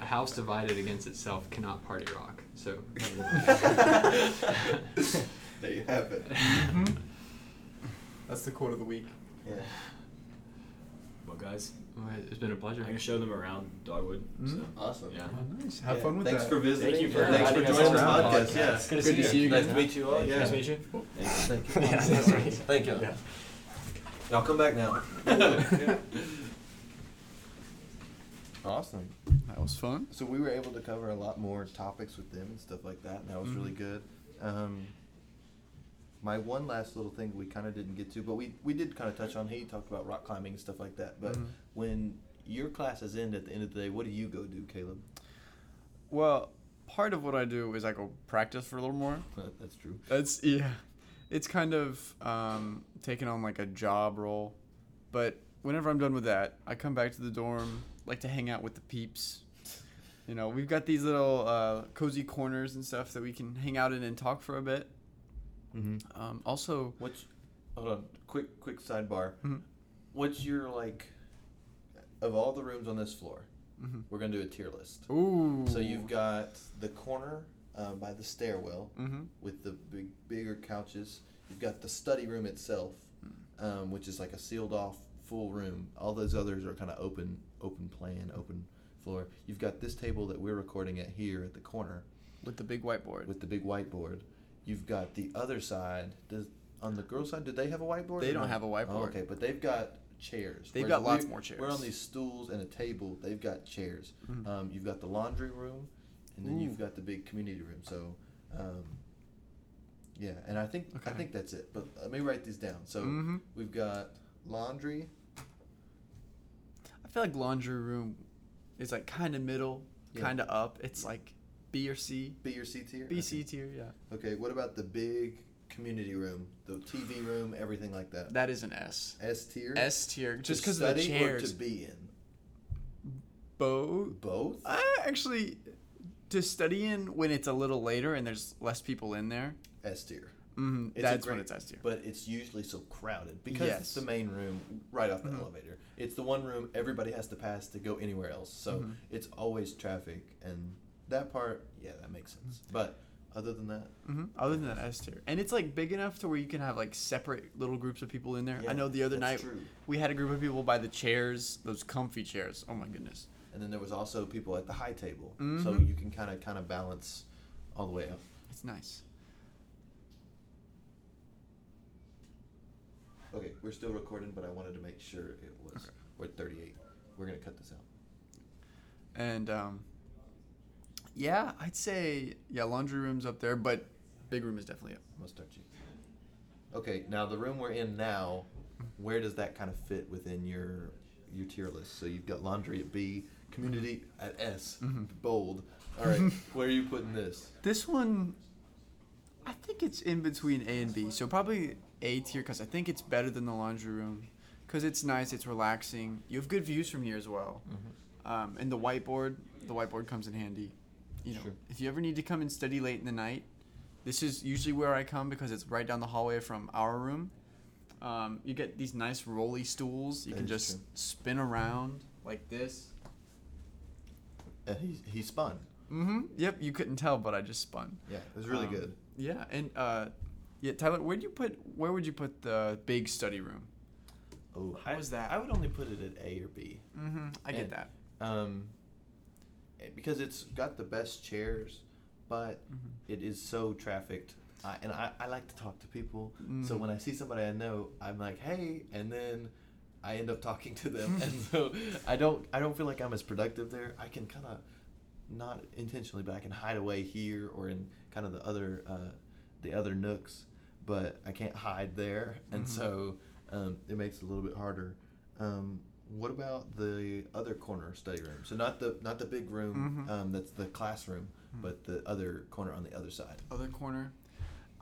Speaker 5: A house divided against itself cannot party rock. So.
Speaker 1: there you have it.
Speaker 2: Mm-hmm.
Speaker 1: Mm-hmm.
Speaker 2: That's the quote of the week.
Speaker 1: Yeah.
Speaker 4: well, guys,
Speaker 5: Well, It's been a pleasure.
Speaker 4: I'm gonna show them around Dogwood. So.
Speaker 2: Mhm.
Speaker 1: Awesome.
Speaker 4: Yeah.
Speaker 2: nice. Have
Speaker 1: Yeah.
Speaker 2: fun with
Speaker 1: Thanks
Speaker 2: that.
Speaker 1: for visiting.
Speaker 4: Thank you for
Speaker 1: and thanks for
Speaker 4: inviting us
Speaker 1: joining the
Speaker 4: on the
Speaker 1: podcast.
Speaker 4: podcast.
Speaker 1: Yeah.
Speaker 4: It's
Speaker 2: Good to see you
Speaker 1: Nice
Speaker 2: guys.
Speaker 1: to meet you all. Yeah.
Speaker 4: Nice to meet you.
Speaker 1: Thank you.
Speaker 2: Yeah, that's right.
Speaker 1: Thank you.
Speaker 4: Yeah.
Speaker 1: Y'all come back now.
Speaker 4: [LAUGHS]
Speaker 1: awesome.
Speaker 2: That was fun.
Speaker 1: So we were able to cover a lot more topics with them and stuff like that, and that was really good. Um, my one last little thing we kind of didn't get to, but we, we did kind of touch on. He talked about rock climbing and stuff like that. But
Speaker 2: Mhm.
Speaker 1: when your classes end at the end of the day, what do you go do, Caleb?
Speaker 2: Well, part of what I do is I go practice for a little more.
Speaker 1: Uh, that's true.
Speaker 2: That's yeah. It's kind of um, taking on like a job role, but whenever I'm done with that, I come back to the dorm, like to hang out with the peeps. You know, we've got these little uh, cozy corners and stuff that we can hang out in and talk for a bit.
Speaker 1: Mm-hmm.
Speaker 2: Um, also,
Speaker 1: What's hold on? Quick quick sidebar.
Speaker 2: Mhm.
Speaker 1: What's your like of all the rooms on this floor?
Speaker 2: Mhm.
Speaker 1: We're gonna do a tier list.
Speaker 2: ooh.
Speaker 1: So you've got the corner uh, by the stairwell.
Speaker 2: Mm-hmm.
Speaker 1: with the big, bigger couches. You've got the study room itself, um, which is like a sealed off full room. All those others are kind of open, open plan, open floor. You've got this table that we're recording at here at the corner
Speaker 2: With the big whiteboard.
Speaker 1: with the big whiteboard. You've got the other side. Does on the girl side? Do they have a whiteboard?
Speaker 2: They
Speaker 1: or
Speaker 2: don't
Speaker 1: not?
Speaker 2: have a
Speaker 1: Oh,
Speaker 2: whiteboard.
Speaker 1: okay, but they've got chairs.
Speaker 2: They've
Speaker 1: whereas
Speaker 2: got lots
Speaker 1: we-
Speaker 2: more
Speaker 1: We're on
Speaker 2: chairs.
Speaker 1: these stools and a table. They've got chairs.
Speaker 2: Mhm.
Speaker 1: Um, you've got the laundry room, and then
Speaker 2: Ooh.
Speaker 1: you've got the big community room. So, um, yeah, and I think I
Speaker 2: Okay.
Speaker 1: think that's it. But let me write these down. So
Speaker 2: Mm-hmm.
Speaker 1: we've got laundry.
Speaker 2: I feel like laundry room is like kind of middle,
Speaker 1: Yeah.
Speaker 2: kind of up. It's like B or C,
Speaker 1: B or C tier.
Speaker 2: B C tier. Yeah,
Speaker 1: Okay. okay. What about the big community room, the TV room, everything like that?
Speaker 2: that is an S.
Speaker 1: S tier.
Speaker 2: S tier,
Speaker 1: To
Speaker 2: just because of the
Speaker 1: study or
Speaker 2: chairs.
Speaker 1: to be in.
Speaker 2: Bo,
Speaker 1: Both?
Speaker 2: I actually to study in when it's a little later and there's less people in there.
Speaker 1: S tier.
Speaker 2: Mm,
Speaker 1: It's a
Speaker 2: that's
Speaker 1: great-
Speaker 2: when it's S tier.
Speaker 1: But it's usually so crowded because it's
Speaker 2: Yes.
Speaker 1: the main room right off the
Speaker 2: Mhm.
Speaker 1: elevator. It's the one room everybody has to pass to go anywhere else. So
Speaker 2: Mhm.
Speaker 1: it's always traffic and that part, yeah, that makes sense.
Speaker 2: Mm-hmm.
Speaker 1: But other than that,
Speaker 2: hmm Other than that, S tier, and it's like big enough to where you can have like separate little groups of people in there.
Speaker 1: yeah,
Speaker 2: I know the other night
Speaker 1: that's true.
Speaker 2: we had a group of people by the chairs, those comfy chairs. Oh my goodness.
Speaker 1: And then there was also people at the high table. So
Speaker 2: Mhm.
Speaker 1: you can kind of kind of balance all the way up.
Speaker 2: It's nice.
Speaker 1: Okay, we're still recording, but I wanted to make sure it was we're at 38. We're going to cut this out.
Speaker 2: And um, yeah, I'd say yeah, laundry room's up there, but big room is definitely up.
Speaker 1: Must start you. Okay, now the room we're in now, where does that kind of fit within your your tier list? So you've got laundry at B, community at S, bold. All right, where are you putting [LAUGHS] this?
Speaker 2: This one, I think it's in between A and B. So probably A tier because I think it's better than the laundry room because it's nice, it's relaxing. You have good views from here as well.
Speaker 1: Mm-hmm.
Speaker 2: Um, and the whiteboard, the whiteboard comes in handy. You know,
Speaker 1: Sure.
Speaker 2: if you ever need to come and study late in the night, this is usually where I come because it's right down the hallway from our room. Um, you get these nice rolly stools. You
Speaker 1: That
Speaker 2: can
Speaker 1: is
Speaker 2: just spin around like this.
Speaker 1: Uh, he, he spun.
Speaker 2: Mm-hmm. Yep, you couldn't tell, but I just spun.
Speaker 1: Yeah, it was really
Speaker 2: Um,
Speaker 1: good.
Speaker 2: Yeah, and uh, yeah, Tyler, where'd you put? Where would you put the big study room?
Speaker 1: Oh,
Speaker 2: What
Speaker 1: I-
Speaker 2: was that?
Speaker 1: I would only put it at A or B.
Speaker 2: Mm-hmm. I
Speaker 1: get
Speaker 2: get
Speaker 1: Yeah.
Speaker 2: that.
Speaker 1: um, eh, because it's got the best chairs, but
Speaker 2: Mm-hmm.
Speaker 1: it is so trafficked. I, and I, I like to talk to people,
Speaker 2: Mm-hmm.
Speaker 1: so when I see somebody I know, I'm like, hey, and then I end up talking to them, [LAUGHS] and so I don't I don't feel like I'm as productive there. I can kind of not intentionally, but I can hide away here or in kind of the other uh, the other nooks, but I can't hide there, and so um, it makes it a little bit harder. Um, what about the other corner study room? So not the not the big room um, that's the classroom, but the other corner on the other side.
Speaker 2: Other corner.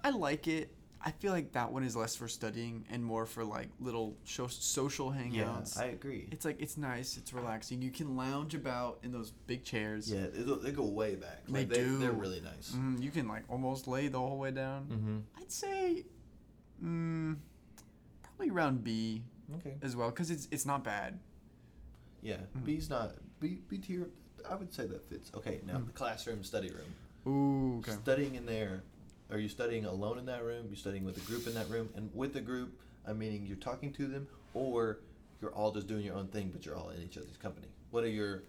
Speaker 2: I like it. I feel like that one is less for studying and more for like little sho- social hangouts.
Speaker 1: I agree.
Speaker 2: it's like it's nice. It's relaxing. You can lounge about in those big chairs.
Speaker 1: Yeah, they go- they go way back.
Speaker 2: They
Speaker 1: Like, they,
Speaker 2: do.
Speaker 1: They're really nice.
Speaker 2: Mm, you can like almost lay the whole way down.
Speaker 1: Mm-hmm.
Speaker 2: I'd say, mm, probably round B
Speaker 1: Okay.
Speaker 2: as well, cause it's it's not bad.
Speaker 1: Yeah, B's not B B tier. I would say that fits. Okay, now the classroom study room.
Speaker 2: Ooh, okay.
Speaker 1: Studying in there, are you studying alone in that room? You're studying with a group in that room, and with the group, I'm meaning you're talking to them, or you're all just doing your own thing, but you're all in each other's company. What are your,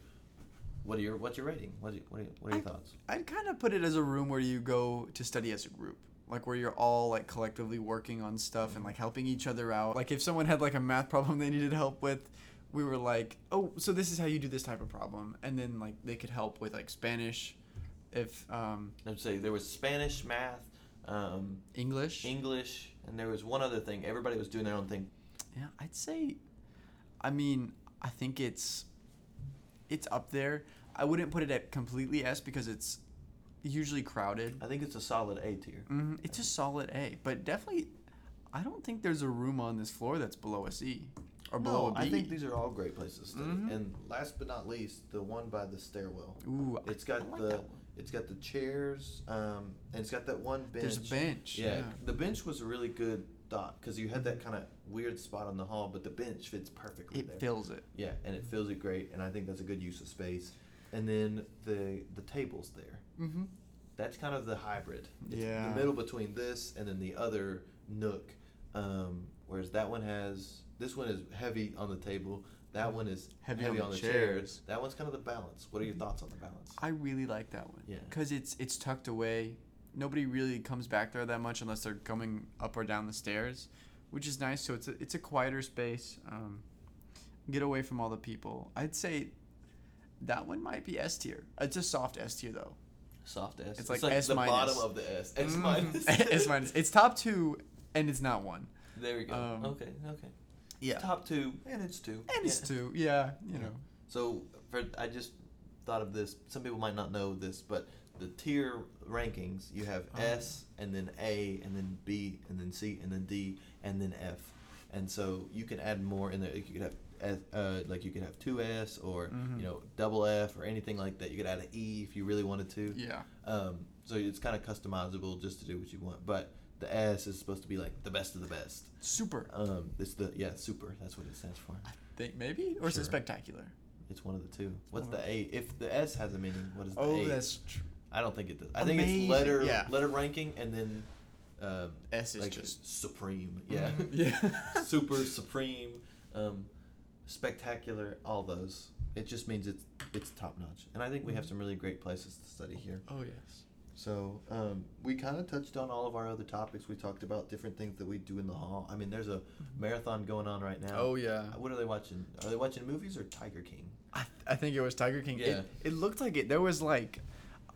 Speaker 1: what are your, what's your rating? What are, you- what are, you- what are your
Speaker 2: I-
Speaker 1: thoughts?
Speaker 2: I'd kind of put it as a room where you go to study as a group, like where you're all like collectively working on stuff
Speaker 1: Mm-hmm.
Speaker 2: and like helping each other out. Like if someone had like a math problem they needed help with, we were like, "Oh, so this is how you do this type of problem," and then like they could help with like Spanish, if um,
Speaker 1: I'd say there was Spanish, math, um,
Speaker 2: English.
Speaker 1: English, and there was one other thing. Everybody was doing their own thing.
Speaker 2: Yeah, I'd say. I mean, I think it's it's up there. I wouldn't put it at completely S because it's usually crowded.
Speaker 1: I think it's a solid A tier.
Speaker 2: hmm It's a solid A, but definitely, I don't think there's a room on this floor that's below a C or below a
Speaker 1: No,
Speaker 2: B.
Speaker 1: I think these are all great places to study.
Speaker 2: Mhm.
Speaker 1: And last but not least, the one by the stairwell.
Speaker 2: Ooh, I-
Speaker 1: It's got
Speaker 2: I like
Speaker 1: the
Speaker 2: that one.
Speaker 1: it's got the chairs, um, and it's got that one bench.
Speaker 2: There's a bench,
Speaker 1: Yeah,
Speaker 2: yeah.
Speaker 1: the bench was a really good thought because you had that kind of weird spot on the hall, but the bench fits perfectly there.
Speaker 2: it fills it.
Speaker 1: yeah, and it fills it great, and I think that's a good use of space. And then the the tables there.
Speaker 2: Mm-hmm.
Speaker 1: That's kind of the hybrid. It's
Speaker 2: Yeah.
Speaker 1: The middle between this and then the other nook. Um, whereas that one has this one is heavy on the table. That one is heavy, on, the chairs.
Speaker 2: chairs.
Speaker 1: That one's kind of the balance. What are your thoughts on the balance?
Speaker 2: I really like that one.
Speaker 1: Yeah.
Speaker 2: Cause it's it's tucked away. Nobody really comes back there that much unless they're coming up or down the stairs, which is nice. So it's a, it's a quieter space. Um, get away from all the people. I'd say that one might be S tier. It's a soft S tier though.
Speaker 1: Soft S. It's,
Speaker 2: like
Speaker 1: like
Speaker 2: S
Speaker 1: the
Speaker 2: minus. Mm-hmm.
Speaker 1: bottom of the S. X minus.
Speaker 2: S minus. [LAUGHS] It's top two, and it's not one.
Speaker 1: There we go.
Speaker 2: Um,
Speaker 1: okay. Okay.
Speaker 2: Yeah.
Speaker 1: Top two, and it's two.
Speaker 2: And it's
Speaker 1: Yeah.
Speaker 2: two. Yeah, you
Speaker 1: Yeah.
Speaker 2: know.
Speaker 1: So for I just thought of this. Some people might not know this, but the tier rankings you have
Speaker 2: Oh.
Speaker 1: S and then A and then B and then C and then D and then F, and so you can add more in there. You could have S- uh, like you could have two S or
Speaker 2: Mm-hmm.
Speaker 1: you know double F or anything like that. You could add an E if you really wanted to.
Speaker 2: Yeah.
Speaker 1: Um, so it's kind of customizable just to do what you want, but the S is supposed to be like the best of the best.
Speaker 2: Super.
Speaker 1: Um, it's the yeah super. That's what it stands for.
Speaker 2: I think maybe, or is
Speaker 1: Sure.
Speaker 2: it spectacular?
Speaker 1: It's one of the two. What's
Speaker 2: One
Speaker 1: the
Speaker 2: of-
Speaker 1: A? If the S has a meaning, what is
Speaker 2: Oh,
Speaker 1: the A?
Speaker 2: true.
Speaker 1: I don't think it does. I think it's
Speaker 2: Amazing.
Speaker 1: letter
Speaker 2: Yeah.
Speaker 1: letter ranking and then um,
Speaker 2: S is
Speaker 1: like
Speaker 2: just- [LAUGHS]
Speaker 1: supreme. Yeah, [LAUGHS]
Speaker 2: yeah.
Speaker 1: super supreme, um, spectacular. All those. It just means it's it's top notch, and I think we have some really great places to study here.
Speaker 2: Oh yes.
Speaker 1: So um, we kind of touched on all of our other topics. We talked about different things that we do in the hall. I mean, there's a marathon going on right now.
Speaker 2: Mm-hmm. Oh yeah.
Speaker 1: What are they watching? Are they watching movies or Tiger King?
Speaker 2: I, I think it was Tiger King.
Speaker 1: Yeah.
Speaker 2: It, it looked like it. There was like,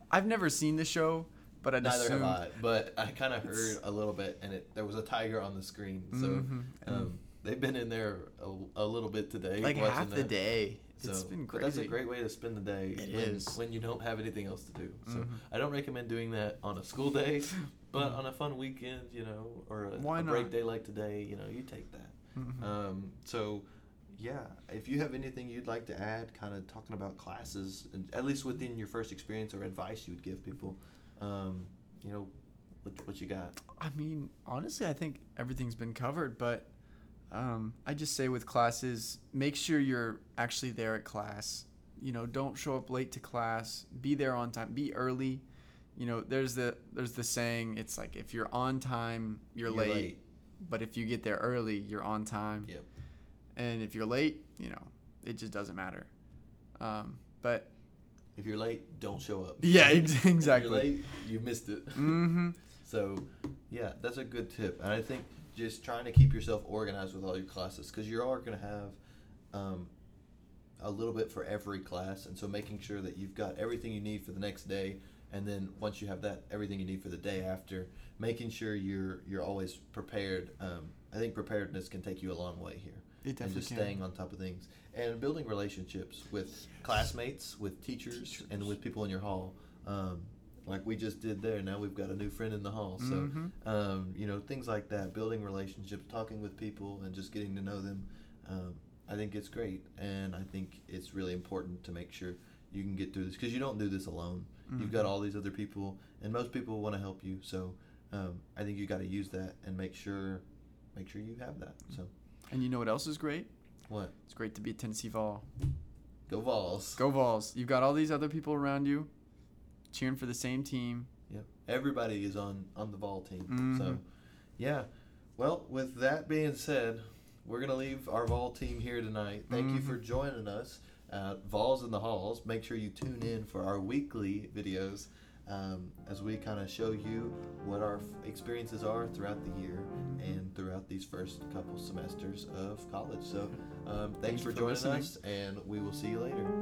Speaker 2: I've never seen the show, but I
Speaker 1: Neither have
Speaker 2: assumed,
Speaker 1: I, but I kind of
Speaker 2: It's-
Speaker 1: heard a little bit, and it there was a tiger on the screen, so
Speaker 2: Mhm,
Speaker 1: um, they've been in there a, a little bit today.
Speaker 2: like
Speaker 1: watching
Speaker 2: half the
Speaker 1: that.
Speaker 2: day.
Speaker 1: So,
Speaker 2: it's been
Speaker 1: but
Speaker 2: crazy.
Speaker 1: that's a great way to spend the day.
Speaker 2: It
Speaker 1: when,
Speaker 2: is.
Speaker 1: when you don't have anything else to do. So
Speaker 2: Mhm.
Speaker 1: I don't recommend doing that on a school
Speaker 2: [LAUGHS]
Speaker 1: day, but on a fun weekend, you know, or a,
Speaker 2: Mm-hmm. Why
Speaker 1: a break
Speaker 2: not?
Speaker 1: day like today, you know, you take that.
Speaker 2: Mhm.
Speaker 1: Um, so, yeah, if you have anything you'd like to add, kind of talking about classes, and at least within your first experience or advice you would give people, um, you know, what, what you got?
Speaker 2: I mean, honestly, I think everything's been covered, but um, I just say with classes, make sure you're actually there at class. you know, don't show up late to class. Be there on time. Be early. You know, there's the there's the saying. It's like if you're on time, you're,
Speaker 1: You're
Speaker 2: late,
Speaker 1: late.
Speaker 2: But if you get there early, you're on time.
Speaker 1: Yep.
Speaker 2: And if you're late, you know, it just doesn't matter. Um, but
Speaker 1: If you're late, don't show up. [LAUGHS]
Speaker 2: yeah,
Speaker 1: If
Speaker 2: ex-
Speaker 1: you're
Speaker 2: exactly.
Speaker 1: late, you missed it.
Speaker 2: Mm-hmm.
Speaker 1: So, yeah, that's a good tip. And I think just trying to keep yourself organized with all your classes because you are going to have um, a little bit for every class. And so making sure that you've got everything you need for the next day. And then once you have that, everything you need for the day after, making sure you're you're always prepared. Um, I think preparedness can take you a long way here,
Speaker 2: It
Speaker 1: and
Speaker 2: definitely
Speaker 1: just
Speaker 2: can.
Speaker 1: staying on top of things and building relationships with classmates, with teachers, and with people in your hall. Um, like we just did there. Now we've got a new friend in the hall. So,
Speaker 2: Mhm.
Speaker 1: um, you know, things like that, building relationships, talking with people, and just getting to know them. Um, I think it's great, and I think it's really important to make sure you can get through this because you don't do this alone. [LAUGHS] You've
Speaker 2: mm-hmm.
Speaker 1: got all these other people, and most people want to help you. So, um, I think you got to use that and make sure, make sure you have that. So,
Speaker 2: And you know what else is great?
Speaker 1: what?
Speaker 2: It's great to be a Tennessee Vol.
Speaker 1: Go Vols.
Speaker 2: Go Vols! You've got all these other people around you, cheering for the same team.
Speaker 1: Yep. Everybody is on on the ball team. So,
Speaker 2: Mhm.
Speaker 1: yeah. Well, with that being said, we're gonna leave our Vol team here tonight. Thank you
Speaker 2: Mhm.
Speaker 1: for joining us. Uh, Vols in the halls. Make sure you tune in for our weekly videos um, as we kind of show you what our f- experiences are throughout the year and throughout these first couple semesters of college. So, um, thanks,
Speaker 2: Thanks
Speaker 1: for
Speaker 2: for
Speaker 1: joining
Speaker 2: listening.
Speaker 1: us, and we will see you later.